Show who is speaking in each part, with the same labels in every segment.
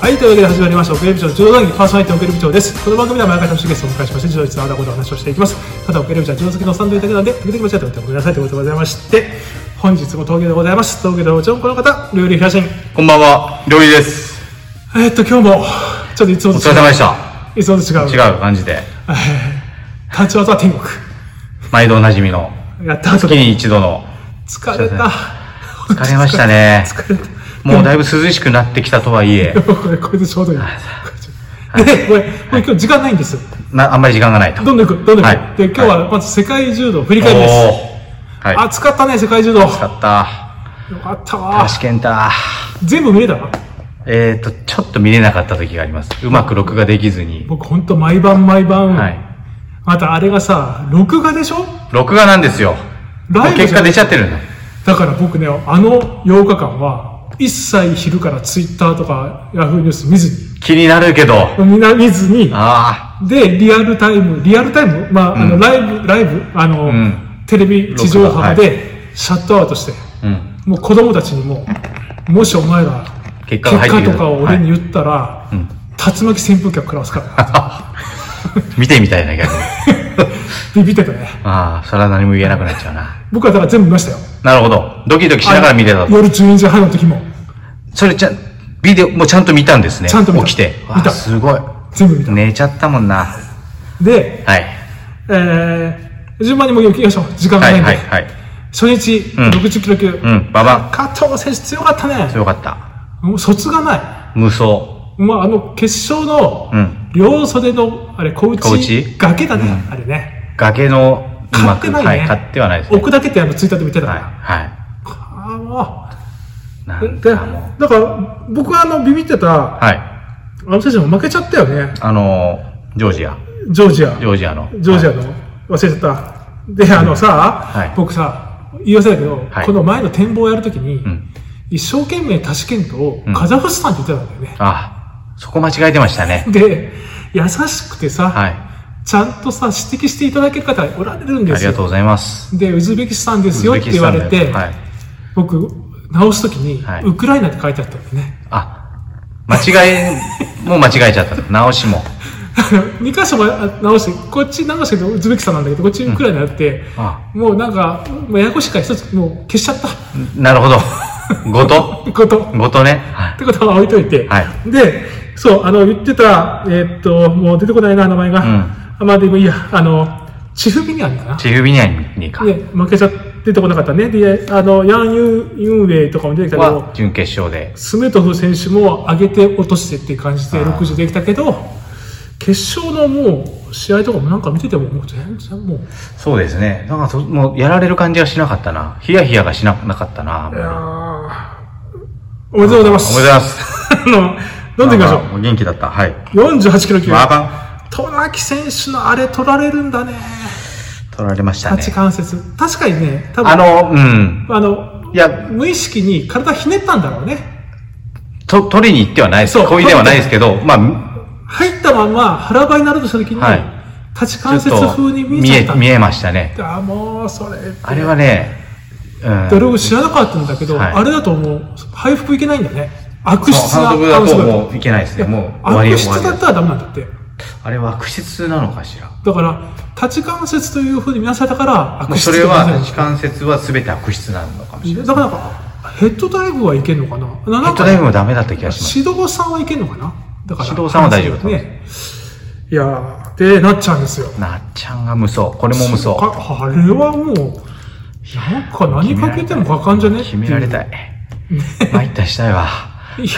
Speaker 1: はい、というわけで始まりました、オケル部長の柔道談義パーソナリティオケル部長です。この番組では毎回楽しいゲストをお迎えしまして、柔道についてあだこうとお話をしていきます。ただ、オケル部長は柔道好きのおっさんというだけなんで、時々間違ってもごめんなさいということでございまして、本日も東京でございます。東京でもちろんこの方、ルーリーフラシン。
Speaker 2: こんばんは、料理です。
Speaker 1: えーっと、今日も、ちょっといつも
Speaker 2: お
Speaker 1: と
Speaker 2: 疲
Speaker 1: 違
Speaker 2: れ様
Speaker 1: う。
Speaker 2: でした。
Speaker 1: いつもと違う。
Speaker 2: 違
Speaker 1: う。
Speaker 2: う感じで、
Speaker 1: 立ち技は天国。
Speaker 2: 毎度おなじみの、
Speaker 1: やった後
Speaker 2: 月
Speaker 1: で、
Speaker 2: に一度の、
Speaker 1: 疲れた。
Speaker 2: 疲れましたね。
Speaker 1: 疲れた。
Speaker 2: もうだいぶ涼しくなってきたとはいえ、
Speaker 1: これ、これでちょうどいい。で、これ、これ今日時間ないんですよ。
Speaker 2: なあんまり時間がないと。
Speaker 1: どんどん行く、どんどん行く。
Speaker 2: はい
Speaker 1: で、今日はまず世界柔道振り
Speaker 2: お
Speaker 1: 返りです。
Speaker 2: ーはい。
Speaker 1: 暑かったね、世界柔道。よ
Speaker 2: 暑か
Speaker 1: かった
Speaker 2: った。
Speaker 1: わ。
Speaker 2: 橋健太。
Speaker 1: 全部見れた
Speaker 2: えっと、ちょっと見れなかった時があります。うまく録画できずに。
Speaker 1: 僕、ほんと、毎晩毎晩。
Speaker 2: はい。
Speaker 1: また、あれがさ、録画でしょ
Speaker 2: 録画なんですよ。も
Speaker 1: ライ
Speaker 2: う
Speaker 1: ブじ
Speaker 2: 結
Speaker 1: ゃ
Speaker 2: 果
Speaker 1: ん
Speaker 2: 出ちゃってるの。
Speaker 1: だから僕ね、あの8日間は、一切昼からツイッターとかヤフーニュース見ず
Speaker 2: 気になるけど。
Speaker 1: に、みんな見ずに、
Speaker 2: あ
Speaker 1: で、リアルタイム、リアルタイムまあ、あの、ライブ、ライブ、あの、
Speaker 2: ん
Speaker 1: テレビ地上波
Speaker 2: 録
Speaker 1: で、シャットアウトして、
Speaker 2: あ。うん。
Speaker 1: もう子供たちにも、もしお前ら、
Speaker 2: 結果が入ってくる
Speaker 1: とかを俺に言ったら、竜
Speaker 2: ん
Speaker 1: 巻扇風機は食らわすから。
Speaker 2: 見てみたいな、逆に。
Speaker 1: ビビってたね。
Speaker 2: ああ、それは何も言えなくなっちゃうな。
Speaker 1: 僕はだから全部見ましたよ。
Speaker 2: なるほど。ドキドキしながら見てたと。
Speaker 1: 夜12時半の時も、
Speaker 2: それじゃ、ビデオもうちゃんと見たんですね。
Speaker 1: ちゃんと見た
Speaker 2: 起きて。
Speaker 1: 見た
Speaker 2: わあすごい。
Speaker 1: 全部見た。
Speaker 2: 寝ちゃったもんな。
Speaker 1: で、
Speaker 2: はい。
Speaker 1: えー、順番にもう行きましょう。時間が
Speaker 2: は
Speaker 1: ない
Speaker 2: い
Speaker 1: んで。
Speaker 2: はいはい。
Speaker 1: 初日、
Speaker 2: ん
Speaker 1: 60キロ級。
Speaker 2: うん、ババ
Speaker 1: 加藤選手強かった
Speaker 2: ン。
Speaker 1: ね。
Speaker 2: 強かった。
Speaker 1: もう卒がな
Speaker 2: 無双。
Speaker 1: い。まあ、あの、決勝の
Speaker 2: う、ん。
Speaker 1: 両袖の、あれ、小
Speaker 2: 小
Speaker 1: 内
Speaker 2: 内
Speaker 1: 崖だね、あれね。
Speaker 2: 崖のう
Speaker 1: 買
Speaker 2: ま
Speaker 1: って
Speaker 2: く、
Speaker 1: ない
Speaker 2: はい、
Speaker 1: ね。
Speaker 2: 買ってはないですね。
Speaker 1: 奥だけってあの、ツイッターで見てたか
Speaker 2: はい。
Speaker 1: ら。
Speaker 2: は
Speaker 1: ああ、も
Speaker 2: い。な
Speaker 1: う。
Speaker 2: ん
Speaker 1: で、
Speaker 2: かもう。
Speaker 1: だから、僕はあの、ビビってた、あ
Speaker 2: はい。
Speaker 1: の選手も負けちゃったよね。
Speaker 2: あのー、ジョージア。
Speaker 1: ジョージア。
Speaker 2: ジョージアの。
Speaker 1: ジョージア
Speaker 2: はい
Speaker 1: の、忘れてた。で、あのさ、
Speaker 2: はい
Speaker 1: 僕さ、言い忘れたけど、
Speaker 2: はい
Speaker 1: この前の展望をやるときに、
Speaker 2: ん
Speaker 1: 一生懸命タシケントを
Speaker 2: ん
Speaker 1: カザフスタンって言ってたんだよね。
Speaker 2: あ、そこ間違えてましたね。
Speaker 1: で、優しくてさ、
Speaker 2: はい。
Speaker 1: ちゃんとさ、指摘していただける方がおられるん
Speaker 2: あ
Speaker 1: で
Speaker 2: り
Speaker 1: す
Speaker 2: が
Speaker 1: よ
Speaker 2: と。うございます。
Speaker 1: で、ウズベキスタンですよって言われ
Speaker 2: ウズベキ
Speaker 1: て、
Speaker 2: スタンではい。
Speaker 1: 僕、直すときに、
Speaker 2: はい
Speaker 1: ウクライナって書いてあったんだよね。
Speaker 2: あ、間違え、もう間違えちゃったと。直しも。
Speaker 1: 2箇所も直して、こっち直してけど、ウズベキスタンなんだけど、こっちウクライナやって、
Speaker 2: あ
Speaker 1: もうなんか、もうややこしいから一つ、もう消しちゃった。
Speaker 2: なるほど。 ごと
Speaker 1: こと。
Speaker 2: ごとね。は
Speaker 1: っ
Speaker 2: い
Speaker 1: てことは置いといて、
Speaker 2: は
Speaker 1: で、そう、あの、言ってた、えーっと、もう出てこないな、名前が。
Speaker 2: ん
Speaker 1: あまあでもいいや、あの、チフビニアンだな。
Speaker 2: チフビニアにか。
Speaker 1: で、負けちゃ出てこなかったね。で、あの、ヤン・ユン・ユンウェイとかも出てきたけど
Speaker 2: は、、準決勝で。
Speaker 1: スメトフ選手も上げて落としてっていう感じで
Speaker 2: あー
Speaker 1: 60できたけど、決勝のもう、試合とかもなんか見てても、もう全然もう、
Speaker 2: そうですね。なんかそ、もう、やられる感じがしなかったな。ヒヤヒヤがしななかったな。あんまり
Speaker 1: あーおめでとうございます。
Speaker 2: おめでとうございま す。
Speaker 1: あの、飲んでいきましょう。
Speaker 2: う。元気だった。はい。
Speaker 1: 48キロ級。
Speaker 2: バーバ
Speaker 1: 渡名喜選手のあれ取られるんだね。
Speaker 2: ン。取られましたね
Speaker 1: 立ち。関節。確かにね、多分
Speaker 2: あの、うん。
Speaker 1: あの、
Speaker 2: いや、
Speaker 1: 無意識に体ひねったんだろうね。
Speaker 2: と、取りに行ってはないです。
Speaker 1: そう
Speaker 2: こいではないですけど、まあ、
Speaker 1: 入ったまんま腹ばいになるとした時に、
Speaker 2: はい
Speaker 1: 立ち関
Speaker 2: ち
Speaker 1: 節
Speaker 2: ょっと
Speaker 1: 風に見
Speaker 2: 見
Speaker 1: え
Speaker 2: え
Speaker 1: ちゃった、
Speaker 2: 見えましたね。
Speaker 1: あ、もうそれ。
Speaker 2: あれはね、うん。
Speaker 1: 俺も知らなかったんだけど、
Speaker 2: はい
Speaker 1: あれだともう、配服いけないんだね。悪質
Speaker 2: そう
Speaker 1: な。
Speaker 2: 反則だと
Speaker 1: あの
Speaker 2: もういけないですね。もう終わり
Speaker 1: 悪
Speaker 2: 終わ
Speaker 1: 質
Speaker 2: り
Speaker 1: だったらダメなんだって。
Speaker 2: あれは悪質なのかしら。
Speaker 1: だから、立ち関節というふうに見なされたから、
Speaker 2: も
Speaker 1: 悪
Speaker 2: う
Speaker 1: 質
Speaker 2: それ
Speaker 1: ってこと
Speaker 2: は
Speaker 1: なんだ
Speaker 2: 足関節は全て悪質なのかもしれない。
Speaker 1: だからなんか、ヘッドダイブはいけんのかな
Speaker 2: ヘ
Speaker 1: なん
Speaker 2: ッ
Speaker 1: か
Speaker 2: ドダイブもダメだった気がします。
Speaker 1: 指導さんはいけんのかなだから。
Speaker 2: 指導さんは大丈夫だと思い
Speaker 1: ね。いやー、で、なっちゃうんですよ。
Speaker 2: なっちゃんが無双。これも無双。
Speaker 1: ああれはもう、なんか何かけてもかかんじゃね
Speaker 2: 決められた
Speaker 1: い
Speaker 2: い。参ったしたいわ。
Speaker 1: う。いや、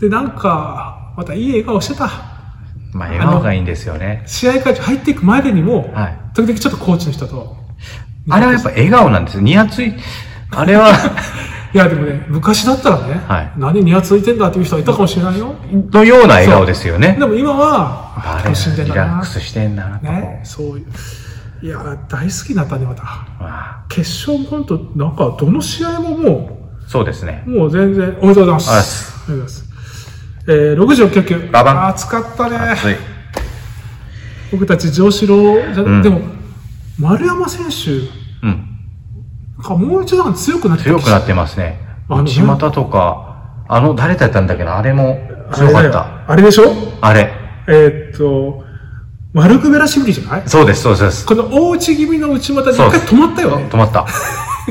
Speaker 1: で、なんか、またいい笑顔してた。
Speaker 2: まあ、笑顔がいいんですよね。
Speaker 1: 試合会場入っていく前でにも、
Speaker 2: はい
Speaker 1: 時々ちょっとコーチの人と。
Speaker 2: あれはやっぱ笑顔なんですよ。ニヤつい、あれは、
Speaker 1: いや、でもね、昔だったらね、
Speaker 2: はい
Speaker 1: 何にやついてんだっていう人はいたかもしれないよ。
Speaker 2: のような笑顔ですよね
Speaker 1: で。も今は、
Speaker 2: あれ、
Speaker 1: 楽しんでん
Speaker 2: リ
Speaker 1: だ
Speaker 2: ラッ
Speaker 1: な
Speaker 2: ク。スしてんだな。
Speaker 1: ね、そういう。いや、大好きになったね、また。
Speaker 2: まあ
Speaker 1: 決勝コント、なんか、どの試合もも
Speaker 2: そうですね
Speaker 1: う、。もう全然、おめでとうございま
Speaker 2: あ
Speaker 1: す。ありがとうございます。えー、66級。
Speaker 2: ババン
Speaker 1: 暑かった
Speaker 2: 熱
Speaker 1: ね。
Speaker 2: い。
Speaker 1: 僕たち、上四郎じゃ、
Speaker 2: うん
Speaker 1: でも、丸山選手、
Speaker 2: うん。
Speaker 1: なんかもう一段強くなってきた
Speaker 2: 強くなってますね
Speaker 1: あの。
Speaker 2: 内股とか、あの、誰だったんだっけど、あれも、すご
Speaker 1: あ
Speaker 2: か
Speaker 1: れ
Speaker 2: っ
Speaker 1: だよ
Speaker 2: た。
Speaker 1: あれでしょ
Speaker 2: あれ。
Speaker 1: えーっと、マルクベラシビリじゃない
Speaker 2: そうです、そうですそうです。
Speaker 1: この大内気味の内股で
Speaker 2: そう
Speaker 1: 一回止まったよ。
Speaker 2: 止まった。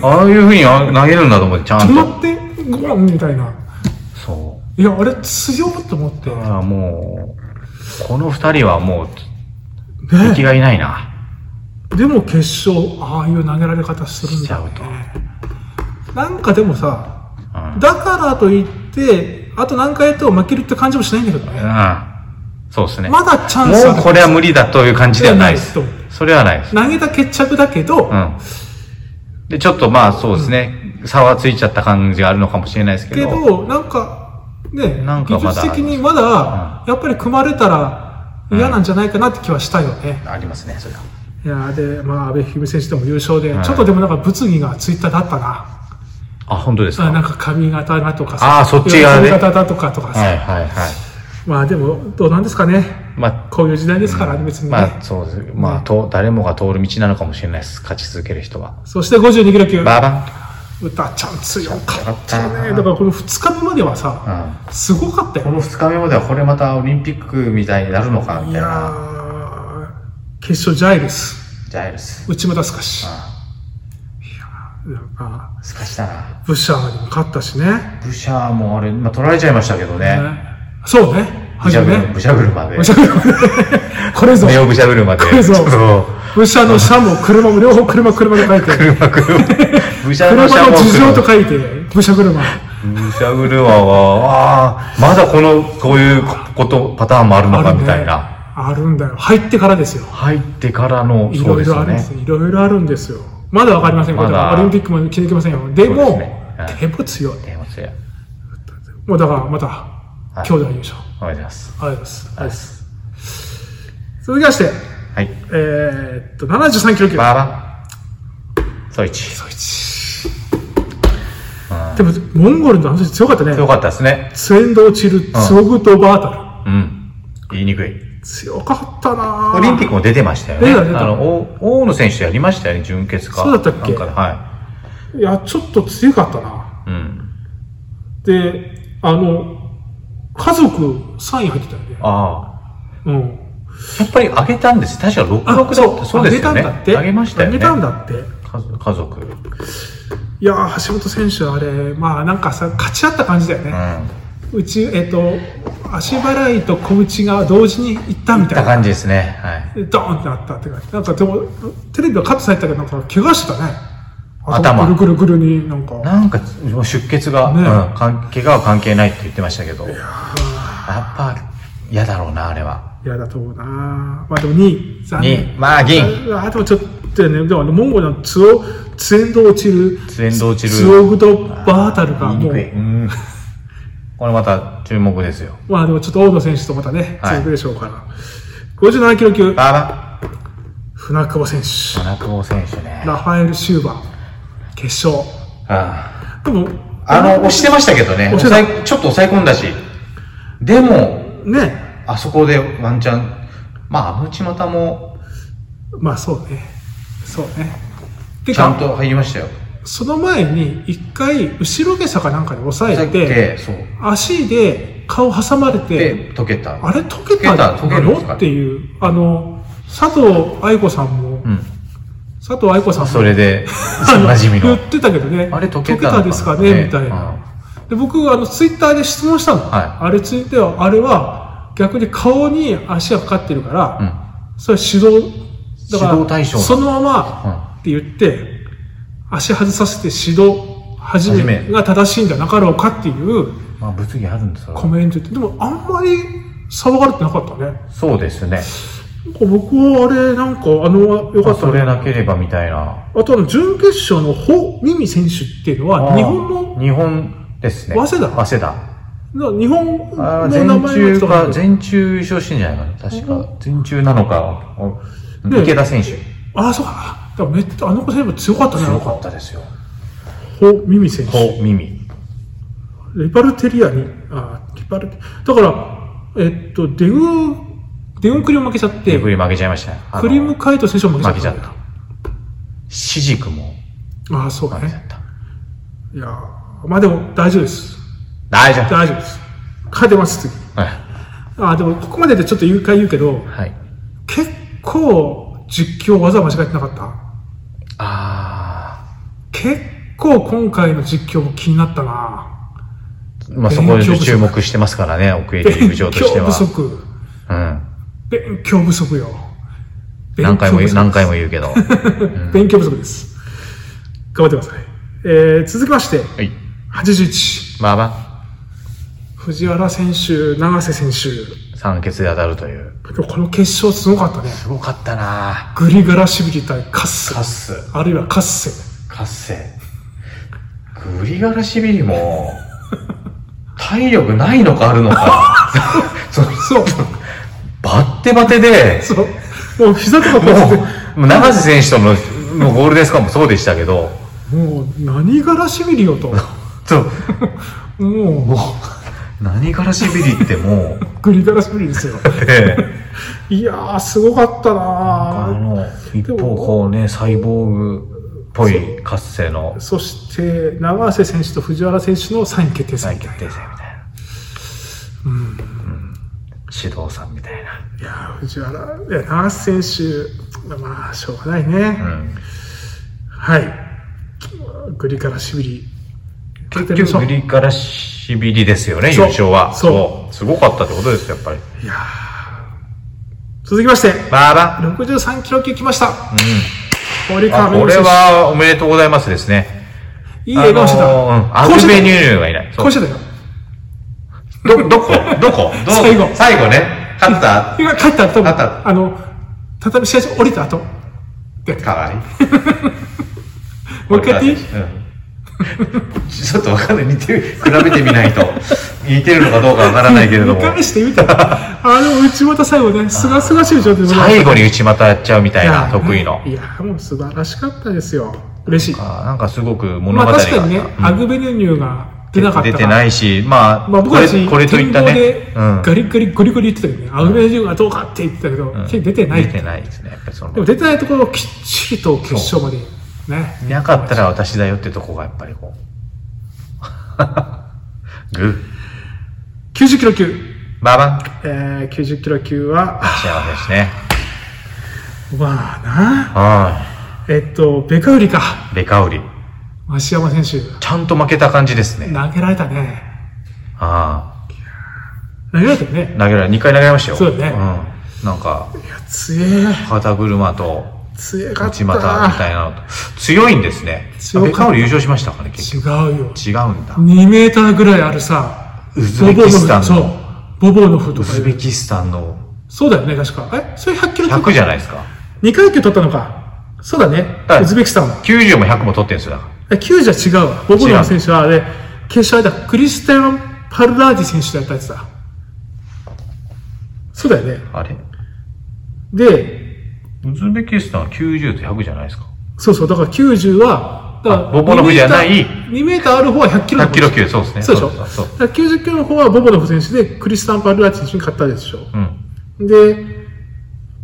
Speaker 2: ああいうふうに投げるんだと思って、ちゃ
Speaker 1: 止
Speaker 2: ん
Speaker 1: ま
Speaker 2: と。
Speaker 1: って、ゴーンみたいな。
Speaker 2: そう。
Speaker 1: いや、あれ強っと思って。
Speaker 2: だからもう、この二人はもう、
Speaker 1: ね
Speaker 2: 敵がいないな。
Speaker 1: でも決勝、ああいう投げられ方するん
Speaker 2: しち
Speaker 1: だ
Speaker 2: ゃ
Speaker 1: ね
Speaker 2: うと。
Speaker 1: なんかでもさ、
Speaker 2: うん。うん。
Speaker 1: だからといって、あと何回やっても負けるって感じもしないんだけどね。
Speaker 2: そうですね。も
Speaker 1: まだチャンスある
Speaker 2: うこれは無理だという感じではないです
Speaker 1: ではない。
Speaker 2: それはないです。
Speaker 1: 投げた決着だけど、
Speaker 2: うん。で、ちょっとまあそうですね。差はついちゃった感じがあるのかもしれないですけ
Speaker 1: け
Speaker 2: ど。
Speaker 1: ど、なんか、ね、
Speaker 2: なんかまだ
Speaker 1: 技術的にまだ、やっぱり組まれたら嫌なんじゃないかなって気はしたよね。
Speaker 2: ありますね、それは。
Speaker 1: いやーで、まあ、阿部一二三選手とも優勝で、
Speaker 2: うん
Speaker 1: ちょっとでもなんか物議がツイッターだったな。
Speaker 2: あ、本当ですか
Speaker 1: あなんか髪型だとか
Speaker 2: あーそっち側で
Speaker 1: 髪型だとかとかさ。
Speaker 2: はいはいはい。
Speaker 1: まあでも、どうなんですかね。
Speaker 2: まあ、
Speaker 1: こういう時代ですからね、別にね。
Speaker 2: まあそうです。まあ、と誰もが通る道なのかもしれないです。勝ち続ける人は。
Speaker 1: そして52キロ級。
Speaker 2: バーバ
Speaker 1: 歌ちゃん強かったね。だからこの2日目まではさ、
Speaker 2: ン。うん。
Speaker 1: すごかった
Speaker 2: こ
Speaker 1: よ。
Speaker 2: の2日目まではこれまたオリンピックみたいになるのかみ
Speaker 1: い
Speaker 2: たい
Speaker 1: や
Speaker 2: な。
Speaker 1: ー決勝ジャイルス、
Speaker 2: ジャイルス。
Speaker 1: 内村すかし。
Speaker 2: あ
Speaker 1: なんか
Speaker 2: あ、すかしたな。
Speaker 1: ブッシャーにも勝ったしね。
Speaker 2: ブシャーもあれ、まあ、取られちゃいましたけどね。
Speaker 1: ねそうね。は
Speaker 2: ブシ
Speaker 1: じ
Speaker 2: ャブ
Speaker 1: め
Speaker 2: ル、
Speaker 1: ね。
Speaker 2: ブシャブルまで。
Speaker 1: これぞ。
Speaker 2: 目をブシャブルまで。
Speaker 1: これぞ
Speaker 2: ちょっと
Speaker 1: 武者の車も車も両方車車で書いて
Speaker 2: 車、車。ブシャブル
Speaker 1: 車の事情と
Speaker 2: か。
Speaker 1: 書いて武者車
Speaker 2: ブシャブルマは、ああ、まだこの、こういうこと、パターンもあるのかみたいな。
Speaker 1: あるんだよ入ってからですよ
Speaker 2: 入ってからの、
Speaker 1: い
Speaker 2: そう
Speaker 1: ろ
Speaker 2: で
Speaker 1: い
Speaker 2: す
Speaker 1: ろ
Speaker 2: よ
Speaker 1: あるん
Speaker 2: ね
Speaker 1: です。いろいろあるんですよまだわかりませんけど
Speaker 2: まだ
Speaker 1: オリンピックも気づきませんよで
Speaker 2: そうです
Speaker 1: も
Speaker 2: ねはい
Speaker 1: でも強い
Speaker 2: ねおつや
Speaker 1: もうだからまた
Speaker 2: い
Speaker 1: 兄弟優勝
Speaker 2: おめでとうございます。
Speaker 1: ありがとうございますありがとうございます続きまして
Speaker 2: はい。
Speaker 1: えーっと73キロ級
Speaker 2: バーバン。ソイチ。
Speaker 1: そいつでもモンゴルの話強かったね
Speaker 2: よかったですね。
Speaker 1: ツエンド・チル、ツオグとバータル
Speaker 2: うん。言いにくい。
Speaker 1: 強かったなぁ
Speaker 2: オリンピックも出てましたよね。
Speaker 1: 出た出た
Speaker 2: あの、お大野選手とやりましたよね、準決か。
Speaker 1: そうだったっけ
Speaker 2: なんかはい。
Speaker 1: やちょっと強かったない
Speaker 2: うん。
Speaker 1: であの家族3位入ってたよね
Speaker 2: ああ。
Speaker 1: うん
Speaker 2: やっぱり上げたんです。確か6、6だった。そうですよね。
Speaker 1: あげたんだって
Speaker 2: 上げましたよね。
Speaker 1: あげたんだって
Speaker 2: 家族。家族。うん。
Speaker 1: いやー橋本選手はあれまあなんかさ勝ち合った感じだよね、うちえっ、と足払いと小内が同時に行ったみ
Speaker 2: った
Speaker 1: いな
Speaker 2: 感じですね。はい。
Speaker 1: でドーンってなったって感じなんかでもテレビはカットされてたけどなんか怪我してたね
Speaker 2: 頭
Speaker 1: ぐるぐるぐるになんか
Speaker 2: なんか、もう出血が、
Speaker 1: ね
Speaker 2: うん関、怪我は関係ないって言ってましたけど。やっぱ、嫌だろうな、あれは。
Speaker 1: 嫌だと思うなまあでも2位残念
Speaker 2: に、まあ、銀。
Speaker 1: ああでもちょっとね、でもあのモンゴルのツオ、ツエンド落ちる、
Speaker 2: ツエンド落ちる
Speaker 1: ツオグドバータルが、
Speaker 2: 言いに
Speaker 1: も
Speaker 2: くい。
Speaker 1: う、
Speaker 2: うん。これまた注目ですよ。
Speaker 1: まあでもちょっと大野選手とまたね、
Speaker 2: はい
Speaker 1: 続くでしょうから。57キロ級、
Speaker 2: バーバ
Speaker 1: 船久保選
Speaker 2: ン。
Speaker 1: 手、
Speaker 2: 田中選手ね。
Speaker 1: ラファエル・シューバー、決勝。
Speaker 2: ああ。
Speaker 1: でも、
Speaker 2: あの、押してましたけどね。
Speaker 1: 押してた
Speaker 2: 抑えちょっと抑え込んだし。でも、
Speaker 1: ね、
Speaker 2: あそこでワンチャン。まあ、アムチマタも
Speaker 1: まあそうね、そうね。て
Speaker 2: ちゃん
Speaker 1: か、
Speaker 2: と入りましたよ。
Speaker 1: その前に、一回、後ろ下車かなんかで抑
Speaker 2: 抑
Speaker 1: え
Speaker 2: え
Speaker 1: て、
Speaker 2: て、そう。
Speaker 1: 足で顔挟まれて、
Speaker 2: で、溶けた。
Speaker 1: あれ溶けたんだ
Speaker 2: 溶けた溶けるんですか
Speaker 1: っていう、あの、佐藤愛子さんも、
Speaker 2: うん。
Speaker 1: 佐藤愛子さんも、
Speaker 2: それで、
Speaker 1: あ
Speaker 2: お
Speaker 1: の
Speaker 2: なじみの
Speaker 1: 言。ってたけどね、
Speaker 2: あれ溶けたのかな
Speaker 1: ですかね、みたいな。で僕、あの、ツイッターで質問したの。
Speaker 2: は
Speaker 1: あれついては、あれは、逆に顔に足がかかってるから、
Speaker 2: うん。
Speaker 1: それ指導、だから、
Speaker 2: 指導対象
Speaker 1: そのまま、って言って、足外させて指導、始め
Speaker 2: 始め
Speaker 1: が正しいんじゃなかろうかっていう
Speaker 2: まあ、物議あるんですよ
Speaker 1: コ。メント言って、でもあんまり騒がれてなかったね。
Speaker 2: そうですね。
Speaker 1: 僕はあれ、なんか、あの、よか
Speaker 2: まあ
Speaker 1: った
Speaker 2: それ
Speaker 1: ね。
Speaker 2: なければみたいな。
Speaker 1: あとあの、準決勝のホ・ミミ選手っていうのは、日本の、
Speaker 2: の日本ですね。
Speaker 1: 早稲田
Speaker 2: 早稲田。
Speaker 1: な日本
Speaker 2: あ
Speaker 1: の
Speaker 2: ー
Speaker 1: 名前
Speaker 2: 全
Speaker 1: の
Speaker 2: 中
Speaker 1: 人
Speaker 2: か、
Speaker 1: が、
Speaker 2: 全中優勝してんじゃないかな。確か、全中なのか。
Speaker 1: ね
Speaker 2: 池田選手。
Speaker 1: ああ、そうか。だからめっちゃ、あの子選手強かったね、なん
Speaker 2: 強
Speaker 1: か
Speaker 2: かったですよ。
Speaker 1: ホ・ミミ選手。
Speaker 2: ほ、耳。
Speaker 1: リバルテリアに、あーリバルテだから、えっと、デグー、デグンクリも負けちゃって、
Speaker 2: 手振り負けちゃいましたね。あの
Speaker 1: クリム・カイト選手も負
Speaker 2: 負
Speaker 1: け
Speaker 2: け
Speaker 1: ち
Speaker 2: ち
Speaker 1: ゃ
Speaker 2: ゃ
Speaker 1: っ
Speaker 2: った
Speaker 1: んだ
Speaker 2: た。シジクも
Speaker 1: ああ、そうだ
Speaker 2: 負けちゃ
Speaker 1: ね
Speaker 2: っ。た。
Speaker 1: いやーまあでも大丈夫です。
Speaker 2: 大丈夫。
Speaker 1: 大丈夫です。から出ます、次。
Speaker 2: はい。
Speaker 1: あー、でも、ここまででちょっと言うか言うけど、
Speaker 2: はい。
Speaker 1: 結構、実況技は間違えてなかった。
Speaker 2: あ
Speaker 1: 結構今回の実況も気になったな
Speaker 2: ー。まあ、そこで注目してますからね、奥襟陸上としては
Speaker 1: 不。足。
Speaker 2: うん。
Speaker 1: 勉強不足よ。
Speaker 2: 何回も言う、何回
Speaker 1: も。
Speaker 2: も言うけ ど。は
Speaker 1: 勉強不足です。頑張ってください。えー続きまして、
Speaker 2: い。
Speaker 1: 81。
Speaker 2: まあま
Speaker 1: 藤原選手、永瀬選手。
Speaker 2: あ、酸欠で当たるという。
Speaker 1: でもこの決勝すごかったね。
Speaker 2: すごかったな
Speaker 1: グリガラシビリ対カッセ
Speaker 2: カ。ス。
Speaker 1: あるいはカッセ。
Speaker 2: カセ。グリガラシビリも、体力ないのかあるの か。その
Speaker 1: そう。
Speaker 2: バッテバテで、
Speaker 1: そう。もう膝とかこう
Speaker 2: も
Speaker 1: やって
Speaker 2: う、もう永瀬選手とののゴールデンスカーもそうでしたけど、
Speaker 1: もう何ガラシビリよと。
Speaker 2: そう、
Speaker 1: もう、
Speaker 2: 何からしびりっ てもう、
Speaker 1: グリガラシビリですよ。
Speaker 2: ええ
Speaker 1: いやー、すごかったな
Speaker 2: あ
Speaker 1: ー
Speaker 2: の、一方こうね、サイボーグっぽい活性の
Speaker 1: そして、永瀬選手と藤原選手の3位決定戦
Speaker 2: 最
Speaker 1: みた
Speaker 2: 決
Speaker 1: いな。
Speaker 2: 定戦みたいな。うん指導さんみたいな。
Speaker 1: いやー、藤原、いや、永瀬選手、まあ、しょうがないね。
Speaker 2: うん
Speaker 1: はい。グリからしびり。
Speaker 2: 結局、グリからしびりですよね、優
Speaker 1: そう
Speaker 2: 勝は。
Speaker 1: そう
Speaker 2: う。すごかったってことですよ、やっぱり。
Speaker 1: いやー続きまして、
Speaker 2: バーバ
Speaker 1: 63キロ級来ました。堀
Speaker 2: あ
Speaker 1: 川真由
Speaker 2: こ
Speaker 1: 美
Speaker 2: れ
Speaker 1: 選手
Speaker 2: はおめでとうございますですね。
Speaker 1: いい笑顔してた。
Speaker 2: あのーうん、ア
Speaker 1: こう
Speaker 2: ル
Speaker 1: して
Speaker 2: ベ
Speaker 1: た
Speaker 2: ニ
Speaker 1: よ。
Speaker 2: ューニューがいない。そう
Speaker 1: こうしてたよ。
Speaker 2: ど、どこどこど
Speaker 1: 最後
Speaker 2: 最後ね。勝った
Speaker 1: 今、帰った後、多
Speaker 2: 帰った
Speaker 1: 分、あの、畳試合場降りた後。で、
Speaker 2: 代わり。
Speaker 1: もう一回やっていい
Speaker 2: うんちょっとわかんない。似てる。比べてみないと。似てるのかどうかわからないけれども
Speaker 1: 見。返してみた ら、あの内股最後ね、すがすがしい状態で
Speaker 2: 最後に内股やっちゃうみたいな、
Speaker 1: や
Speaker 2: 得意の。
Speaker 1: いや、もう素晴らしかったですよ。嬉しい。
Speaker 2: あーなんかすごく物
Speaker 1: ま
Speaker 2: 語
Speaker 1: あ
Speaker 2: が。
Speaker 1: 確かにね
Speaker 2: うん、
Speaker 1: アグベネニューが出なかった
Speaker 2: 出
Speaker 1: か
Speaker 2: て
Speaker 1: ら。
Speaker 2: ないし、まあ、
Speaker 1: まあ僕
Speaker 2: こ
Speaker 1: た
Speaker 2: れ
Speaker 1: ち、
Speaker 2: これといった
Speaker 1: 展
Speaker 2: ね、
Speaker 1: 望でガリガリゴリゴリ言ってたよね。アグベネニューがどうかって言ってたけど、結局出てない。
Speaker 2: 出て
Speaker 1: で
Speaker 2: ないですね。やっぱりその
Speaker 1: も出てないところをきっちりと決勝までね。
Speaker 2: なかったら私だよってとこがやっぱりこう。 グー。
Speaker 1: 90キロ級。
Speaker 2: ババン。
Speaker 1: えー、90キロ級は、
Speaker 2: 幸せですね。
Speaker 1: まあな、
Speaker 2: は
Speaker 1: えっと、ベカウリか。
Speaker 2: い。ベカウリ。
Speaker 1: 増山選手、
Speaker 2: ちゃんと負けた感じですね。
Speaker 1: 投げられたね。
Speaker 2: あ
Speaker 1: 投げられたよね
Speaker 2: あ。。投げられ、2回投げられましたよ。
Speaker 1: そうだね
Speaker 2: うん。なんか、
Speaker 1: いや、強え。
Speaker 2: 肩車と
Speaker 1: 強かった。
Speaker 2: 内股みたいなのと。強いんですね。
Speaker 1: 強かった
Speaker 2: ベカウリ優勝しましたかね、結
Speaker 1: 違うよ。
Speaker 2: 局。違うんだ。
Speaker 1: 2メーターぐらいあるさ、
Speaker 2: ウズベキスタンの
Speaker 1: ボボノフそう、ボボノフと
Speaker 2: ウ
Speaker 1: か
Speaker 2: ズ
Speaker 1: いう
Speaker 2: ベキスタンの
Speaker 1: そうだよね、確か。え、それ100キロ
Speaker 2: 100じゃないですか。
Speaker 1: 2階級取ったのか。そうだね
Speaker 2: は、い
Speaker 1: ウズベキスタンは。
Speaker 2: 90も100も取ってるんですよ、だか
Speaker 1: え9じゃ違うわ。ボボノフ選手は、あれ、決勝だ、クリスティン・パルラージ選手とやったやつだ。そうだよね。
Speaker 2: ら。あれ
Speaker 1: で、
Speaker 2: ウズベキスタンは90と100じゃないですか。
Speaker 1: そうそう、だから90は、だから
Speaker 2: あボボノフじゃない
Speaker 1: 2メーターある方は100キロだ
Speaker 2: 100キロ級、そうですね。
Speaker 1: そうでしょ
Speaker 2: そうそう。
Speaker 1: だから90キロの方はボボノフ選手で、クリスタン・パルラージ選手に勝ったでしょ。
Speaker 2: うん。
Speaker 1: で、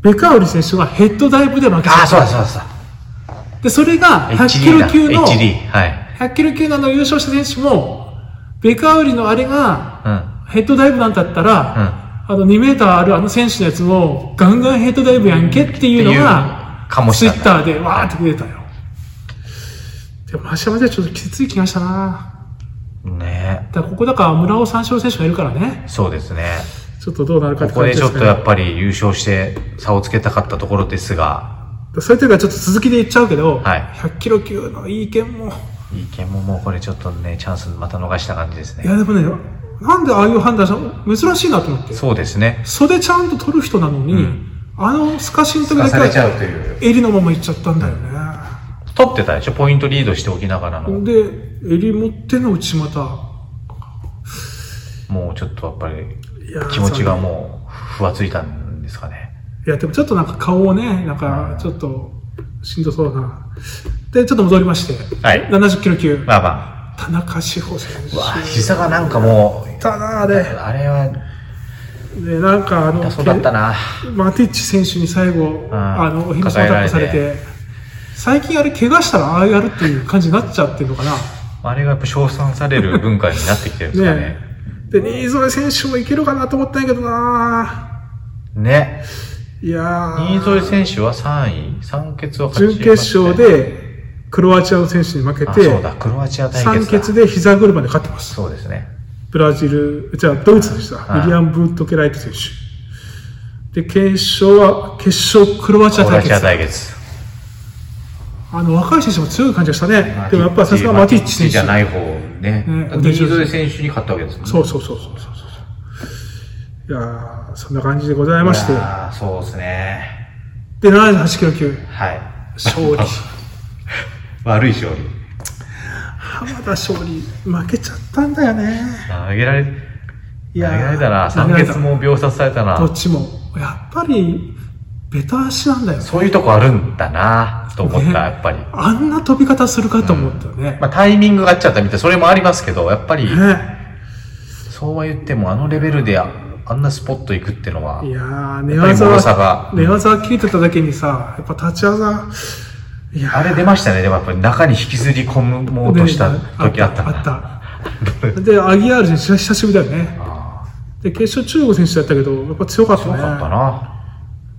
Speaker 1: ベカウリ選手がヘッドダイブで負けちゃ
Speaker 2: あ
Speaker 1: っ
Speaker 2: あ、そう
Speaker 1: た。
Speaker 2: だそうだそう
Speaker 1: で、それが
Speaker 2: だ。
Speaker 1: 100キロ級の、
Speaker 2: HD。はい。
Speaker 1: 100キロ級のあの優勝した選手も、ベカウリのあれが
Speaker 2: うん。
Speaker 1: ヘッドダイブなんだったら、あの2メーターあるあの選手のやつも、ガンガンヘッドダイブやんけっていうの
Speaker 2: ってい
Speaker 1: が
Speaker 2: う、かもし
Speaker 1: ツイ
Speaker 2: れない
Speaker 1: ッターでわーって出てたよ。でも、マシャマではちょっときつい気がしたな。
Speaker 2: ね
Speaker 1: だからここだから村尾三勝選手がいるからね
Speaker 2: え。そうですね。
Speaker 1: ちょっとどうなるか
Speaker 2: こ
Speaker 1: って
Speaker 2: こ
Speaker 1: 感
Speaker 2: で
Speaker 1: じ
Speaker 2: ち
Speaker 1: で
Speaker 2: ょ
Speaker 1: す
Speaker 2: っ
Speaker 1: け
Speaker 2: と
Speaker 1: ど、
Speaker 2: やっぱり優勝して差をつけたかったところですが、
Speaker 1: そういう時はちょっと続きで言っちゃうけど、
Speaker 2: はい
Speaker 1: 100キロ級のいい意見も、
Speaker 2: いい見ももうこれちょっとね、チャンスまた逃した感じです
Speaker 1: い
Speaker 2: ね。
Speaker 1: やでもね、なんでああいう判断した珍しいなと思って。
Speaker 2: そうですね。
Speaker 1: 袖ちゃんと取る人なのに、あのスカシの時だけ
Speaker 2: されちゃうという。
Speaker 1: 襟のままいっちゃったんだよね。
Speaker 2: 取ってたでしょポイントリードしておきながらの。
Speaker 1: で、襟持っての内股。
Speaker 2: もうちょっとやっぱり
Speaker 1: いやー
Speaker 2: 気持ちがもうふわついたんですかね。
Speaker 1: いや、でもちょっとなんか顔をね、なんかちょっとしんどそうな。で、ちょっと戻りまして、
Speaker 2: はい
Speaker 1: 70キロ級、
Speaker 2: まあま
Speaker 1: 田中志保選手。
Speaker 2: あ。膝がなんかもう、
Speaker 1: たなあれ。
Speaker 2: あれは
Speaker 1: で、なんかあの、
Speaker 2: 痛そうだったな。
Speaker 1: マティッチ選手に最後、
Speaker 2: ん
Speaker 1: あの、お昼抱っこされ
Speaker 2: 抱え
Speaker 1: て、最近あれ、怪我したらああやるっていう感じになっちゃってるのかな。
Speaker 2: あれがやっぱ称賛される文化になってきてるんですかね。
Speaker 1: ねで、新添選手もいけるかなと思ったんやけどな
Speaker 2: ね。
Speaker 1: いやー
Speaker 2: 新添選手は3位三決を勝
Speaker 1: 準
Speaker 2: ち
Speaker 1: 決勝で、クロアチアの選手に負け
Speaker 2: あ、
Speaker 1: て、
Speaker 2: そうだ、クロアチア対
Speaker 1: 3
Speaker 2: 決だ。
Speaker 1: 決で膝車で勝ってます。
Speaker 2: そうですね。
Speaker 1: ブラジル、じゃあドイツでした。ウ
Speaker 2: は
Speaker 1: ィ
Speaker 2: い
Speaker 1: リアム・ブートケライト選手。で、決勝は、決勝クロアチ
Speaker 2: ク
Speaker 1: ア
Speaker 2: ロ
Speaker 1: 対
Speaker 2: アチ
Speaker 1: 決
Speaker 2: ア。対決。
Speaker 1: あの、若い選手も強い感じがしたね。でもやっぱさすがマティッチ選手。
Speaker 2: じゃない方ね。
Speaker 1: ね
Speaker 2: 新添選手に勝ったわけですもんね。
Speaker 1: そうそうそうそうそうそう。いやーそんな感じでございまして。
Speaker 2: ああ、そうですね。
Speaker 1: で、78キロ 級、
Speaker 2: はい。
Speaker 1: 勝利。
Speaker 2: 悪い勝利。
Speaker 1: 浜田勝利、負けちゃったんだよね。
Speaker 2: 投げられ、投
Speaker 1: い
Speaker 2: げ
Speaker 1: やー
Speaker 2: られたな。
Speaker 1: 投げ
Speaker 2: 三
Speaker 1: られた
Speaker 2: 決も秒殺された
Speaker 1: ど
Speaker 2: な
Speaker 1: っ。ちも。やっぱり、ベタ足なんだよね。
Speaker 2: そういうとこあるんだなと思った、
Speaker 1: ね
Speaker 2: やっぱり。
Speaker 1: あんな飛び方するかと思ったよね。
Speaker 2: まあ、タイミングが合っちゃったみたい。それもありますけど、やっぱり、
Speaker 1: ね
Speaker 2: そうは言っても、あのレベルでああんなスポット行くってのは、
Speaker 1: いやー、寝
Speaker 2: やっぱり
Speaker 1: 技
Speaker 2: もろさが
Speaker 1: は、寝技は聞いてただけにさ、やっぱ立ち技、いやー
Speaker 2: あれ出ましたね。でもやっぱり中に引きずり込もうとした時あったな。
Speaker 1: あった。あったで、アギアール選手、久しぶりだよね。で、決勝、中国選手だったけど、やっぱ強か った
Speaker 2: 強
Speaker 1: ね。
Speaker 2: かったな。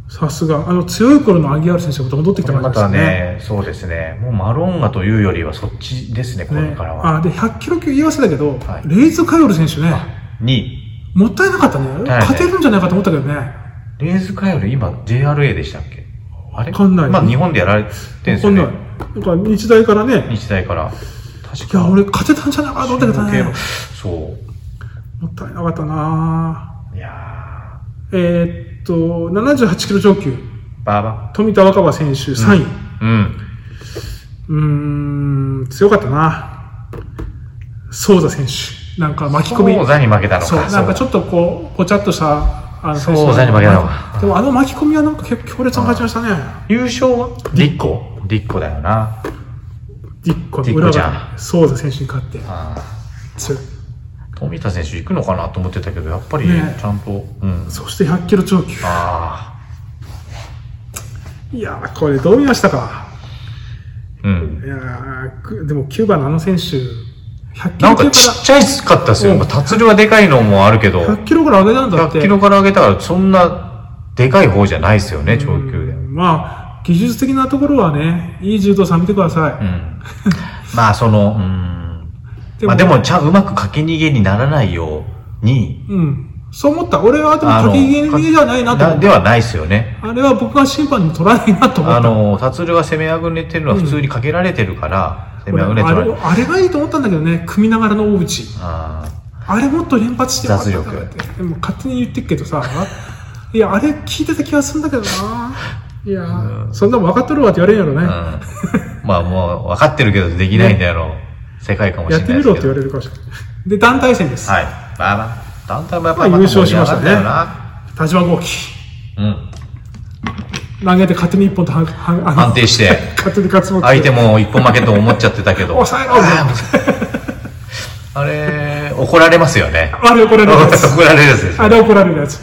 Speaker 1: さすが。あの、強い頃のアギアール選手が戻ってき
Speaker 2: こ
Speaker 1: た
Speaker 2: の
Speaker 1: 感じで
Speaker 2: 方
Speaker 1: すね。
Speaker 2: ね、そうですね。もうマロンガというよりはそっちですね、これ
Speaker 1: ね
Speaker 2: からは。
Speaker 1: あで100キロ級言い忘れたけど、
Speaker 2: はい
Speaker 1: レイズ・カヨル選手ね、
Speaker 2: 2位。
Speaker 1: もったいなかったね、
Speaker 2: いない
Speaker 1: 勝てるんじゃないかと思ったけどね、
Speaker 2: レーズカヨル、今 JRA でしたっけあれ
Speaker 1: わかんない
Speaker 2: まあ日本でやられてるんです
Speaker 1: こ
Speaker 2: よ
Speaker 1: んな
Speaker 2: ね
Speaker 1: ん。なんか日大からね、
Speaker 2: 日大から。確
Speaker 1: いや、
Speaker 2: か
Speaker 1: 俺、勝てたんじゃないかと思ったけどね、
Speaker 2: そ
Speaker 1: もったいなかったな、
Speaker 2: う。いや
Speaker 1: えーっと、78キロ超級、
Speaker 2: ー、バーバ
Speaker 1: 富田若葉選手、3位、
Speaker 2: うん。
Speaker 1: うーん、強かったな、ソーザ選手、なんか巻き込み、
Speaker 2: そう座に負けたのか。
Speaker 1: そうなんかち
Speaker 2: っ
Speaker 1: ょっとこう、ごちゃっとした、あの
Speaker 2: そうザに負けたのか
Speaker 1: でもあの巻き込みはなんか結構強烈な感じましたね。
Speaker 2: と。優勝はリッコリッコだよな。
Speaker 1: ディッコの
Speaker 2: ディッコ
Speaker 1: 裏
Speaker 2: ち
Speaker 1: が
Speaker 2: ゃ
Speaker 1: ソーザ選手に勝って、
Speaker 2: あ
Speaker 1: 強い
Speaker 2: ー富田選手行くのかなと思ってたけど、やっぱり
Speaker 1: ね
Speaker 2: ちゃんと、うん。
Speaker 1: そして100キロ超級。
Speaker 2: あ
Speaker 1: いやー、これどう見ましたか
Speaker 2: あ、うん。
Speaker 1: いやーくでもキューバのあの選手、100キ
Speaker 2: な
Speaker 1: ロ
Speaker 2: ん
Speaker 1: 級
Speaker 2: か
Speaker 1: か
Speaker 2: ちっちゃいかったですよ。まあ達郎はでかいのもあるけど、
Speaker 1: ら、100キロから上げたんだって。
Speaker 2: 100キロから上げたから、そんなでかい方じゃないですよね、長級で。
Speaker 1: まあ、技術的なところはね、いい柔道さん見てくださ
Speaker 2: う
Speaker 1: い。
Speaker 2: ん。まあ、その、うん。
Speaker 1: でも
Speaker 2: まあ、でも、ちゃんうまくかけ逃げにならないように、
Speaker 1: うん。そう思った。俺はでも、
Speaker 2: あの
Speaker 1: かけ逃げじゃないなと思
Speaker 2: な
Speaker 1: っ
Speaker 2: で
Speaker 1: た。
Speaker 2: はないですよね。
Speaker 1: あれは僕が審判に取らないなと思
Speaker 2: あ
Speaker 1: った。
Speaker 2: の、達郎が攻めあぐねてるのは普通にかけられてるから、攻
Speaker 1: 俺
Speaker 2: めあぐねて
Speaker 1: あ
Speaker 2: る
Speaker 1: れ
Speaker 2: のは。
Speaker 1: をあれがいいと思ったんだけどね、組みながらの大内。
Speaker 2: あ
Speaker 1: あれもっと連発してよかったな
Speaker 2: 雑力
Speaker 1: ってでも勝手に言ってっけどさ、 いや、あれ聞いてた気がするんだけどな。いや、そんなもん分かっとるわって言われるんやろね。
Speaker 2: あ、うん。まあ、もう、分かってるけど、できないんだよ、世界かもし
Speaker 1: や
Speaker 2: れ
Speaker 1: っ
Speaker 2: ない
Speaker 1: て
Speaker 2: で
Speaker 1: み
Speaker 2: す
Speaker 1: ろって言
Speaker 2: けど
Speaker 1: わ。れるかもしれない。で、団体戦です。
Speaker 2: はい。まあまあ、団体もやっぱ
Speaker 1: まあ優勝しましたね
Speaker 2: 盛り上がっ
Speaker 1: 田島豪輝。
Speaker 2: たよなうん。
Speaker 1: 投げて勝手に一本とはんはんあの
Speaker 2: 安定して
Speaker 1: 勝手に勝つもって
Speaker 2: 相手も一本負けと思っちゃってたけど。
Speaker 1: 抑えろぜ
Speaker 2: あれ、怒られますよね。
Speaker 1: あれ怒られるやつ。
Speaker 2: 怒られるや つですよ
Speaker 1: あれ怒られるやつ。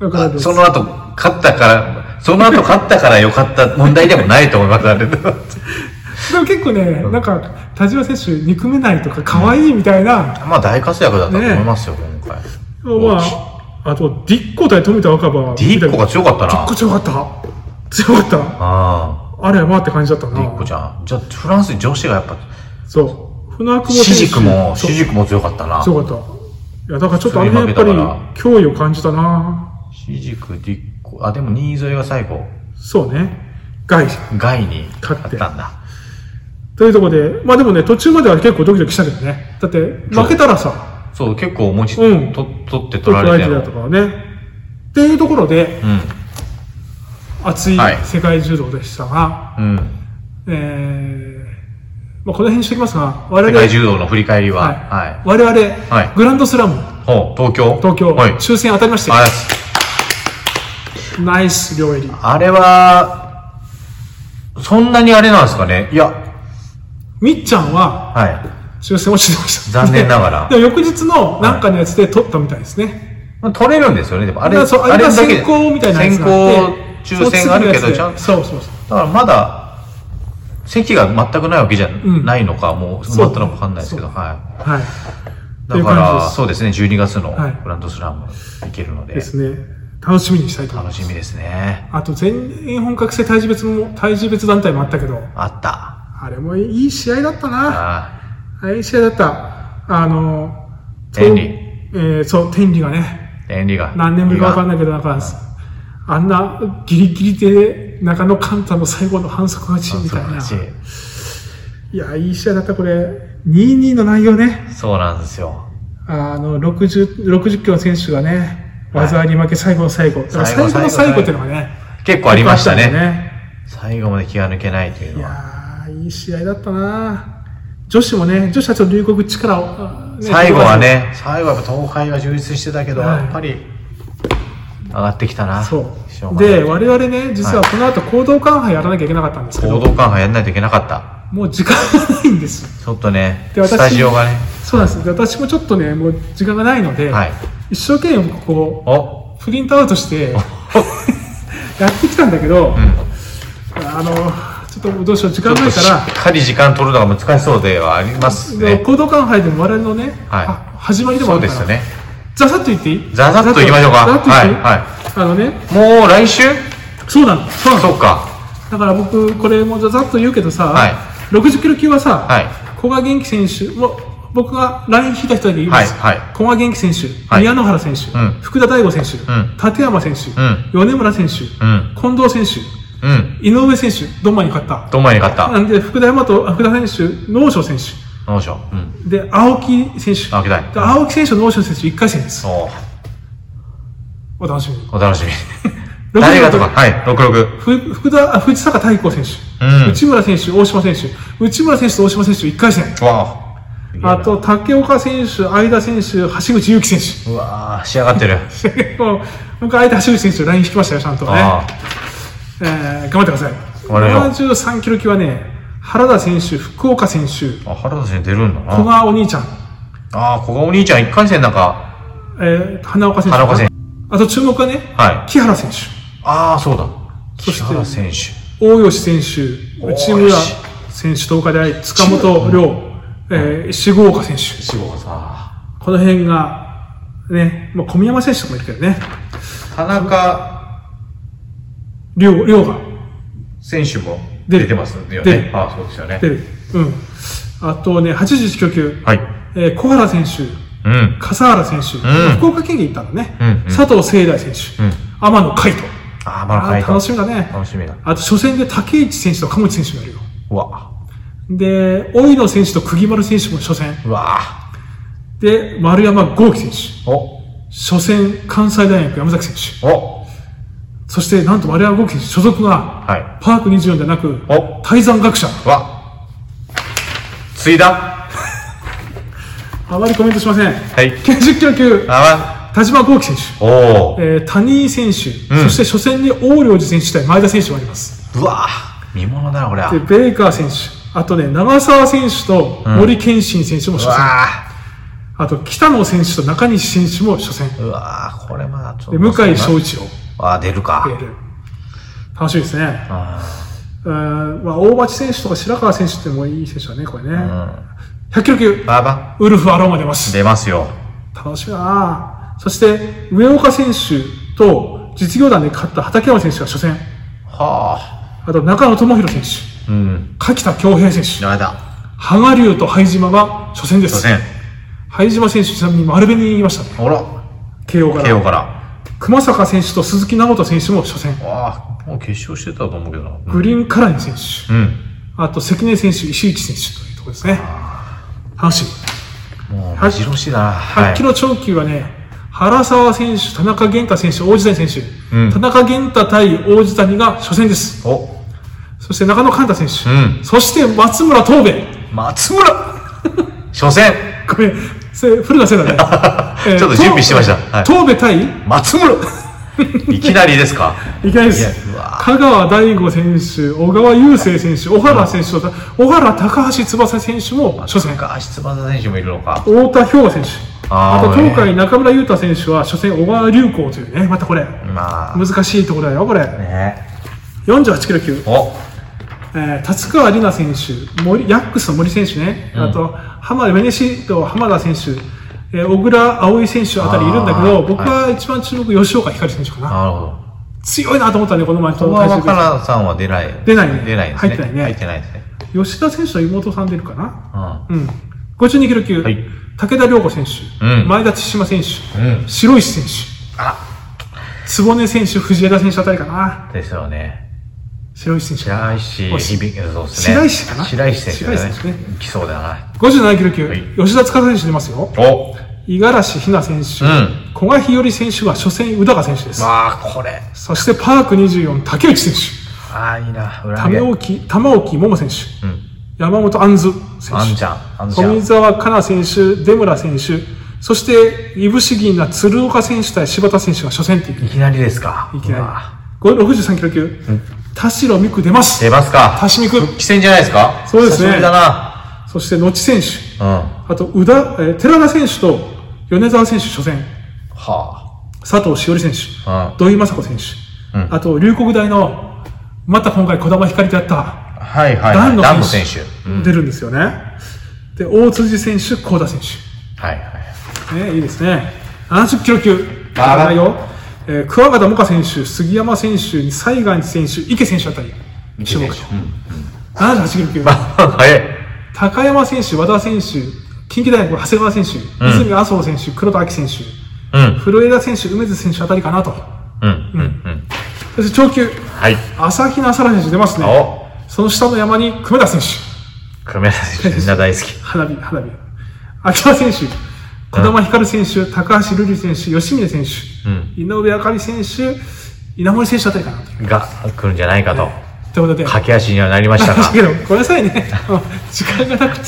Speaker 1: 怒られるやつ。
Speaker 2: その後、勝ったから、その後勝ったから良かった問題でもないと思います、あれ。
Speaker 1: でも結構ね、なんか、田島選手、憎めないとか、可愛いみたいな、
Speaker 2: まあ大活躍だったと思いますよ、今回。
Speaker 1: まあ、あと、ディッコ対富田若葉。
Speaker 2: ディッコが強かった
Speaker 1: ディッ
Speaker 2: な
Speaker 1: コ。強かった。強かった。
Speaker 2: あ
Speaker 1: あれやばって感じだった
Speaker 2: あ、ディッコ
Speaker 1: な。
Speaker 2: ちゃん。じゃあ、フランス女子がやっぱ、
Speaker 1: そう。船久保選手。
Speaker 2: シジクも、
Speaker 1: そう
Speaker 2: シジクも強かったな。
Speaker 1: 強かった。いや、だからちょっとあれやっぱり
Speaker 2: それに負けたから
Speaker 1: 脅威を感じたな。
Speaker 2: シジク、ディッコ、あ、でも新添が最後、
Speaker 1: そうね。外
Speaker 2: ガイに
Speaker 1: 勝
Speaker 2: 勝
Speaker 1: って
Speaker 2: ったんだ。
Speaker 1: というところで、まあでもね、途中までは結構ドキドキしたけどね。だって、負けたらさ、
Speaker 2: そう、結構文字、
Speaker 1: うん
Speaker 2: と取って
Speaker 1: ト
Speaker 2: 取
Speaker 1: ップ相
Speaker 2: られて
Speaker 1: 手だ
Speaker 2: る
Speaker 1: と。かはね。っていうところで、
Speaker 2: う
Speaker 1: 熱い
Speaker 2: はい
Speaker 1: 世界柔道でしたが、
Speaker 2: ん。うん。
Speaker 1: えー、まあこの辺にしておきますが、我
Speaker 2: 世
Speaker 1: 々、
Speaker 2: 界柔道の振り返りは、
Speaker 1: はい
Speaker 2: は
Speaker 1: 我々、
Speaker 2: はい
Speaker 1: グランドスラム、
Speaker 2: い。ほう、東京
Speaker 1: 東京、
Speaker 2: はい。
Speaker 1: 抽選当たりまして、
Speaker 2: あ
Speaker 1: ナイス両襟。
Speaker 2: あれは、そんなにあれなんですかねいや、
Speaker 1: みっちゃんは、
Speaker 2: は
Speaker 1: 抽選をしてました。
Speaker 2: 残念ながら
Speaker 1: ででも翌日のなんかのやつで取ったみたいですね。
Speaker 2: い。取れるんですよね、でも。あれ、
Speaker 1: だからそうあ
Speaker 2: あ
Speaker 1: れ
Speaker 2: れ
Speaker 1: が
Speaker 2: だけで
Speaker 1: 先行みたいなやつ
Speaker 2: 先
Speaker 1: があっ
Speaker 2: 行
Speaker 1: て、
Speaker 2: 抽選があるけど、ちゃんと、
Speaker 1: そうそうそう。
Speaker 2: だからまだ、席が全くないわけじゃ
Speaker 1: ん
Speaker 2: ないのか、もう、埋まったのかわかんないですけど、は
Speaker 1: はい。とい
Speaker 2: だ
Speaker 1: う感
Speaker 2: か
Speaker 1: じ
Speaker 2: ら、
Speaker 1: です
Speaker 2: そうですね、12月の
Speaker 1: はい
Speaker 2: グランドスラム行けるので、
Speaker 1: ですね。楽しみにしたいと思い
Speaker 2: 楽
Speaker 1: ます。
Speaker 2: しみですね。
Speaker 1: あと、全員本格性体重別も、体重別団体もあったけど、
Speaker 2: あった。
Speaker 1: あれもいい試合だったな。
Speaker 2: あ
Speaker 1: あれいい試合だった。あの、
Speaker 2: 天理
Speaker 1: えーそう、天理がね、
Speaker 2: ー天理が。
Speaker 1: 何年ぶりかわかん
Speaker 2: い。
Speaker 1: ないけど、なんか、あんなギリギリで、中野寛太の最後の反則勝ちみ
Speaker 2: そう
Speaker 1: たい
Speaker 2: なん
Speaker 1: な
Speaker 2: です。
Speaker 1: いや、いい試合だった、これ。2-2の内容ね。
Speaker 2: そうなんですよ。
Speaker 1: あの、60、60キロの選手がね、
Speaker 2: はい
Speaker 1: 技あり負け、最後の最後。だから
Speaker 2: 最後
Speaker 1: 最後の最後っていうのがね、
Speaker 2: 結構ありました
Speaker 1: よ
Speaker 2: ね。。最後まで気が抜けないという
Speaker 1: い
Speaker 2: の
Speaker 1: や
Speaker 2: は。
Speaker 1: ー、いい試合だったな女子もね、女子たちの留国力を、あね
Speaker 2: 最後は。ね、最後はやっぱ東海は充実してたけど、
Speaker 1: はい
Speaker 2: やっぱり上がってきたな。
Speaker 1: そ
Speaker 2: しょ
Speaker 1: う。
Speaker 2: がない
Speaker 1: で、我々ね、実はこの後行動緩和やらなきゃいけなかったんですけ
Speaker 2: 行
Speaker 1: ど、
Speaker 2: 動感がやんないといけなかった。
Speaker 1: もう時間がないんです。
Speaker 2: ちょっとね、
Speaker 1: で私
Speaker 2: スタジオがね、
Speaker 1: そうなんです。で私もちょっとね、もう時間がないので、
Speaker 2: はい
Speaker 1: 一生懸命こ
Speaker 2: お
Speaker 1: う、プリントアウトして、 やってきたんだけど、
Speaker 2: うん
Speaker 1: あの、ちょっともうどうしよう、時
Speaker 2: ちょ
Speaker 1: 間
Speaker 2: っ
Speaker 1: な
Speaker 2: と
Speaker 1: い
Speaker 2: し
Speaker 1: から、
Speaker 2: っかり時間取るのが難しそうではあります
Speaker 1: で
Speaker 2: ね。
Speaker 1: 行動感杯でも我々のね、
Speaker 2: はい
Speaker 1: あ始まりでも
Speaker 2: そ
Speaker 1: あ
Speaker 2: う
Speaker 1: る
Speaker 2: で
Speaker 1: から
Speaker 2: すよね。
Speaker 1: ざさっと言っていい
Speaker 2: ざざっと行きましょうか
Speaker 1: ざざっと言っていい、
Speaker 2: はいはい
Speaker 1: あのね
Speaker 2: もう来週
Speaker 1: そうなのそうなの
Speaker 2: そうか。
Speaker 1: だから僕これもざざっと言うけどさ、
Speaker 2: はい
Speaker 1: 60キロ級はさ、
Speaker 2: はい
Speaker 1: 古賀元気選手も僕が LINE 引いた人だけ言います、
Speaker 2: はいはい
Speaker 1: 古賀元気選手、
Speaker 2: はい
Speaker 1: 宮野原選手、
Speaker 2: うん
Speaker 1: 福田大吾選手、
Speaker 2: ん
Speaker 1: 立山選手、
Speaker 2: ん
Speaker 1: 米村選手、
Speaker 2: うん。
Speaker 1: 近藤選
Speaker 2: うん。
Speaker 1: 手井上選手ドンマに勝った
Speaker 2: どんまに勝った。
Speaker 1: なんで福田大和あ福田選手能翔選手
Speaker 2: どうでしょう。うん。
Speaker 1: で青木選手
Speaker 2: 青木大
Speaker 1: で青木選手能翔選手1回戦です
Speaker 2: お
Speaker 1: お楽しみに
Speaker 2: お楽しみに。
Speaker 1: 六
Speaker 2: 誰がとか。はい、66。
Speaker 1: ふ福田、あ藤坂太鼓選手、
Speaker 2: うん
Speaker 1: 内村選手、大島選手、内村選手と大島選手1回戦、
Speaker 2: わお。
Speaker 1: あと竹岡選手、相田選手、橋口祐希選
Speaker 2: うわぁ、仕上が ってる。
Speaker 1: 手、もう僕、相田橋口選手、ライン引きましたよ、ちゃんとね、
Speaker 2: あ
Speaker 1: えー頑張ってください、
Speaker 2: 張れよ
Speaker 1: 73キロ級はね、原田選手、福岡選手、
Speaker 2: あ。あ、原田選手出るんだな。
Speaker 1: 古賀お兄ちゃん、
Speaker 2: ああ、古賀お兄ちゃん一回戦なんか、
Speaker 1: えー花岡選手、
Speaker 2: 花岡選手
Speaker 1: あと注目はね、
Speaker 2: は
Speaker 1: 木原選手、
Speaker 2: ああ、そうだ。
Speaker 1: そ
Speaker 2: 木
Speaker 1: して
Speaker 2: 原選手。
Speaker 1: 大吉選手、内
Speaker 2: 大
Speaker 1: 村
Speaker 2: 吉
Speaker 1: 選手、東海大、塚本亮、えー、志郷岡選手。
Speaker 2: 志望さ。
Speaker 1: この辺が、ね、まあ、小宮山選手とかもいるけどね、
Speaker 2: 田中
Speaker 1: 量量が
Speaker 2: 選手も
Speaker 1: 出る
Speaker 2: 出てますよ
Speaker 1: 出る
Speaker 2: ね。ああ、そうですよね
Speaker 1: 出。る。うん。あとね、81キロ級、
Speaker 2: はい。
Speaker 1: えー小原選手、
Speaker 2: うん。
Speaker 1: 笠原選手、
Speaker 2: うん
Speaker 1: 福岡県議行ったのね、
Speaker 2: うんうん
Speaker 1: 佐藤聖大選手、
Speaker 2: うん
Speaker 1: 天野海斗。
Speaker 2: ああ、
Speaker 1: あ
Speaker 2: まだ
Speaker 1: ー
Speaker 2: 回
Speaker 1: 楽しみだね。
Speaker 2: 楽しみだ。
Speaker 1: あと、初戦で竹内選手と鴨内選手がいるよ。
Speaker 2: うわ。
Speaker 1: で、大野選手と釘丸選手も初戦。
Speaker 2: うわ。
Speaker 1: で、丸山豪輝選手。
Speaker 2: お。
Speaker 1: 初戦、関西大学山崎選手。
Speaker 2: お。
Speaker 1: そして、なんと丸山豪輝選手、所属が、
Speaker 2: は
Speaker 1: パーク24でなく、
Speaker 2: い。お。
Speaker 1: 泰山学者。
Speaker 2: わ。ついだ。
Speaker 1: あまりコメントしません。
Speaker 2: はい。
Speaker 1: 90キロ級、
Speaker 2: あ
Speaker 1: 田島幸輝選
Speaker 2: わ。おお
Speaker 1: 手、。えー、谷井選手、
Speaker 2: うん
Speaker 1: そして初戦に王領寺選手対前田選手があります。
Speaker 2: うわ。見物だな、これは。
Speaker 1: で、
Speaker 2: う
Speaker 1: ベイカー選手、あとね、長澤選手と森健信選手も初戦、
Speaker 2: わ。
Speaker 1: あと北野選手と中西選手も初戦、
Speaker 2: うわ。これまだちょっ
Speaker 1: で
Speaker 2: と。
Speaker 1: 向井翔一郎、
Speaker 2: ああ、出るか。
Speaker 1: PL 楽しみですね。
Speaker 2: あ
Speaker 1: うーんまあ、大町選手とか白川選手ってもういい選手だね、これね。
Speaker 2: あう
Speaker 1: 100
Speaker 2: ん。
Speaker 1: キロ級、
Speaker 2: ばば。
Speaker 1: ウルフ・アローマ出ます。
Speaker 2: 出ますよ。
Speaker 1: 楽しみだなそして、上岡選手と実業団で勝った畠山選手が初戦。
Speaker 2: はあ。
Speaker 1: あと中野智弘選手、
Speaker 2: うん。
Speaker 1: 柿田恭平選手、
Speaker 2: やだ。
Speaker 1: 羽賀龍と灰島が初戦で
Speaker 2: 初
Speaker 1: す。
Speaker 2: 戦。
Speaker 1: 灰島選手、ちなみに丸紅にいましたね。
Speaker 2: ほら。
Speaker 1: 慶応か
Speaker 2: 慶応
Speaker 1: ら。
Speaker 2: から。
Speaker 1: 熊坂選手と鈴木直人選手も初戦。
Speaker 2: わあ。もう決勝してたと思うけどな。うん
Speaker 1: グリーンカラニ選手、
Speaker 2: うん。
Speaker 1: あと関根選手、石内選手というところですね。楽しみ。
Speaker 2: もう、目白押しだな。は
Speaker 1: 100キロ超級はね、原沢選手、田中玄太選手、大地谷選手、
Speaker 2: うん
Speaker 1: 田中玄太対大地谷が初戦です。
Speaker 2: お。
Speaker 1: そして中野寛太選手、
Speaker 2: うん
Speaker 1: そして松村東弁。
Speaker 2: 松村初戦。
Speaker 1: これ、それ古田せいだね
Speaker 2: ちょっと準備してましたはい
Speaker 1: 東部対、
Speaker 2: 松村いきなりですか
Speaker 1: いきなりで
Speaker 2: いや
Speaker 1: す
Speaker 2: うわ。
Speaker 1: 香川大吾選手、小川雄生選手、小原選手と、小原高橋翼選手も初戦。
Speaker 2: 高橋翼選手もいるのか。
Speaker 1: 太田氷河選手。あ
Speaker 2: あー
Speaker 1: と、東海中村優太選手は初戦、小川隆光というね、またこれ、
Speaker 2: まあ。
Speaker 1: 難しいところだよ、これ。
Speaker 2: ね
Speaker 1: 48キロ級、
Speaker 2: お
Speaker 1: えー、達川里奈選手森、ヤックスの森選手ね、あと、浜田、ベネシート浜田選手、えー小倉葵選手あたりいるんだけ
Speaker 2: あ
Speaker 1: ど、
Speaker 2: ー
Speaker 1: 僕は一番注目、吉岡ひかり選手かな。
Speaker 2: なるほど。
Speaker 1: 強いなと思ったね、この前
Speaker 2: こ
Speaker 1: と
Speaker 2: こは若菜さんは出ない。
Speaker 1: 出ないね
Speaker 2: 出ないです
Speaker 1: 入
Speaker 2: ね。
Speaker 1: ってないね
Speaker 2: 入ってないですね。
Speaker 1: 吉田選手の妹さん出るかな。
Speaker 2: うん。
Speaker 1: うん。52キロ級、
Speaker 2: はい
Speaker 1: 武田良子選手、
Speaker 2: うん
Speaker 1: 前田千島選手、
Speaker 2: うん
Speaker 1: 白石選手、坪根選手、藤枝選手あたりかな。
Speaker 2: ですよね。
Speaker 1: 白石選手。
Speaker 2: 白石、
Speaker 1: おい
Speaker 2: 響き、そうですね。
Speaker 1: 白石かな
Speaker 2: 白石選手だね
Speaker 1: 白石選手。
Speaker 2: 来そうだな。
Speaker 1: 57キロ級、
Speaker 2: はい
Speaker 1: 吉田塚選手出ますよ。
Speaker 2: お
Speaker 1: 五十嵐ひな選手、
Speaker 2: うん
Speaker 1: 古賀日和選手は初戦、宇高選手です。
Speaker 2: まあ、これ。
Speaker 1: そしてパーク24、竹内選手、
Speaker 2: ああ、いいな。裏
Speaker 1: 玉置、玉置桃選手、
Speaker 2: うん。
Speaker 1: 山本安珠選
Speaker 2: あん
Speaker 1: 手
Speaker 2: ち、ゃん、あんちゃん
Speaker 1: 富。澤香菜選手、出村選手、そして、いぶし銀な鶴岡選手対柴田選手が初戦っていう
Speaker 2: いきなりですか。
Speaker 1: いきな
Speaker 2: う
Speaker 1: り
Speaker 2: わ。
Speaker 1: これ63キロ級。田代美久出ます
Speaker 2: 出。ますか。
Speaker 1: 田代美久。
Speaker 2: 復帰戦じゃないですか。
Speaker 1: そうですね
Speaker 2: 久しぶりだな。
Speaker 1: そして、野地選手。
Speaker 2: うん。は
Speaker 1: あと、宇田、えー寺田選手と米沢選手初戦。佐藤しおり選手。
Speaker 2: あ。
Speaker 1: 土井雅子選手。
Speaker 2: うん
Speaker 1: あと、龍谷大の、また今回児玉光であった、
Speaker 2: うん。はいはい
Speaker 1: ダ
Speaker 2: は
Speaker 1: ン
Speaker 2: い。
Speaker 1: の
Speaker 2: ダンの
Speaker 1: 選
Speaker 2: 選
Speaker 1: 手
Speaker 2: 手。うん。
Speaker 1: 出るんですよね。で、大辻選手、幸田選手。
Speaker 2: はいはい。
Speaker 1: ね、いいですね。70キロ級。
Speaker 2: あら
Speaker 1: 高いよ。えー、桑形萌香選手、杉山選手、西岸選手、池選手あたり。
Speaker 2: 池選手
Speaker 1: 78キロ級。
Speaker 2: 早い。
Speaker 1: 高山選手、和田選手、近畿大学、長谷川選手、泉麻生選手、黒田明選手、
Speaker 2: うん。
Speaker 1: 古枝選手、梅津選手あたりかなと。
Speaker 2: うん。うん。うん。
Speaker 1: そして長級、
Speaker 2: はい。
Speaker 1: 朝比奈沙羅選手出ますね。
Speaker 2: お
Speaker 1: その下の山に久米田選手、
Speaker 2: 久米田選手、みんな大好き。
Speaker 1: 花火、花火。秋田選手、児玉光選手、高橋瑠璃選手、吉峰選手、
Speaker 2: うん
Speaker 1: 井上あかり選手、稲森選手あたりかなと。
Speaker 2: が来るんじゃないかと。
Speaker 1: ということで、
Speaker 2: 駆け足にはなりまし た
Speaker 1: だ
Speaker 2: が。
Speaker 1: けど、ごめんなさいね。あの時間がなくて。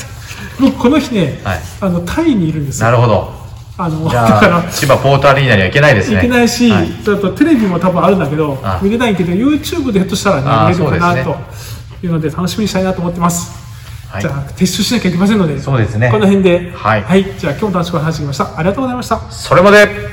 Speaker 1: もうこの日ね、
Speaker 2: はい
Speaker 1: あの、タイにいるんですよ。
Speaker 2: なるほど。
Speaker 1: あの、だ
Speaker 2: じ
Speaker 1: か
Speaker 2: ゃ
Speaker 1: ら
Speaker 2: あ、、千葉ポートアリーナには行けないですね。
Speaker 1: いけないし、
Speaker 2: はい
Speaker 1: ちょっとテレビも多分あるんだけど
Speaker 2: あ、
Speaker 1: 見れないけど、YouTube でひょっとしたら
Speaker 2: あ
Speaker 1: ね、見れるかな
Speaker 2: そうで
Speaker 1: というので、楽しみにしたいなと思ってます。
Speaker 2: はい
Speaker 1: じゃあ、撤収しなきゃいけませんので、
Speaker 2: そうですね
Speaker 1: この辺で、
Speaker 2: はい
Speaker 1: じゃあ、今日も楽しくお話しできました。ありがとうございました。
Speaker 2: それまで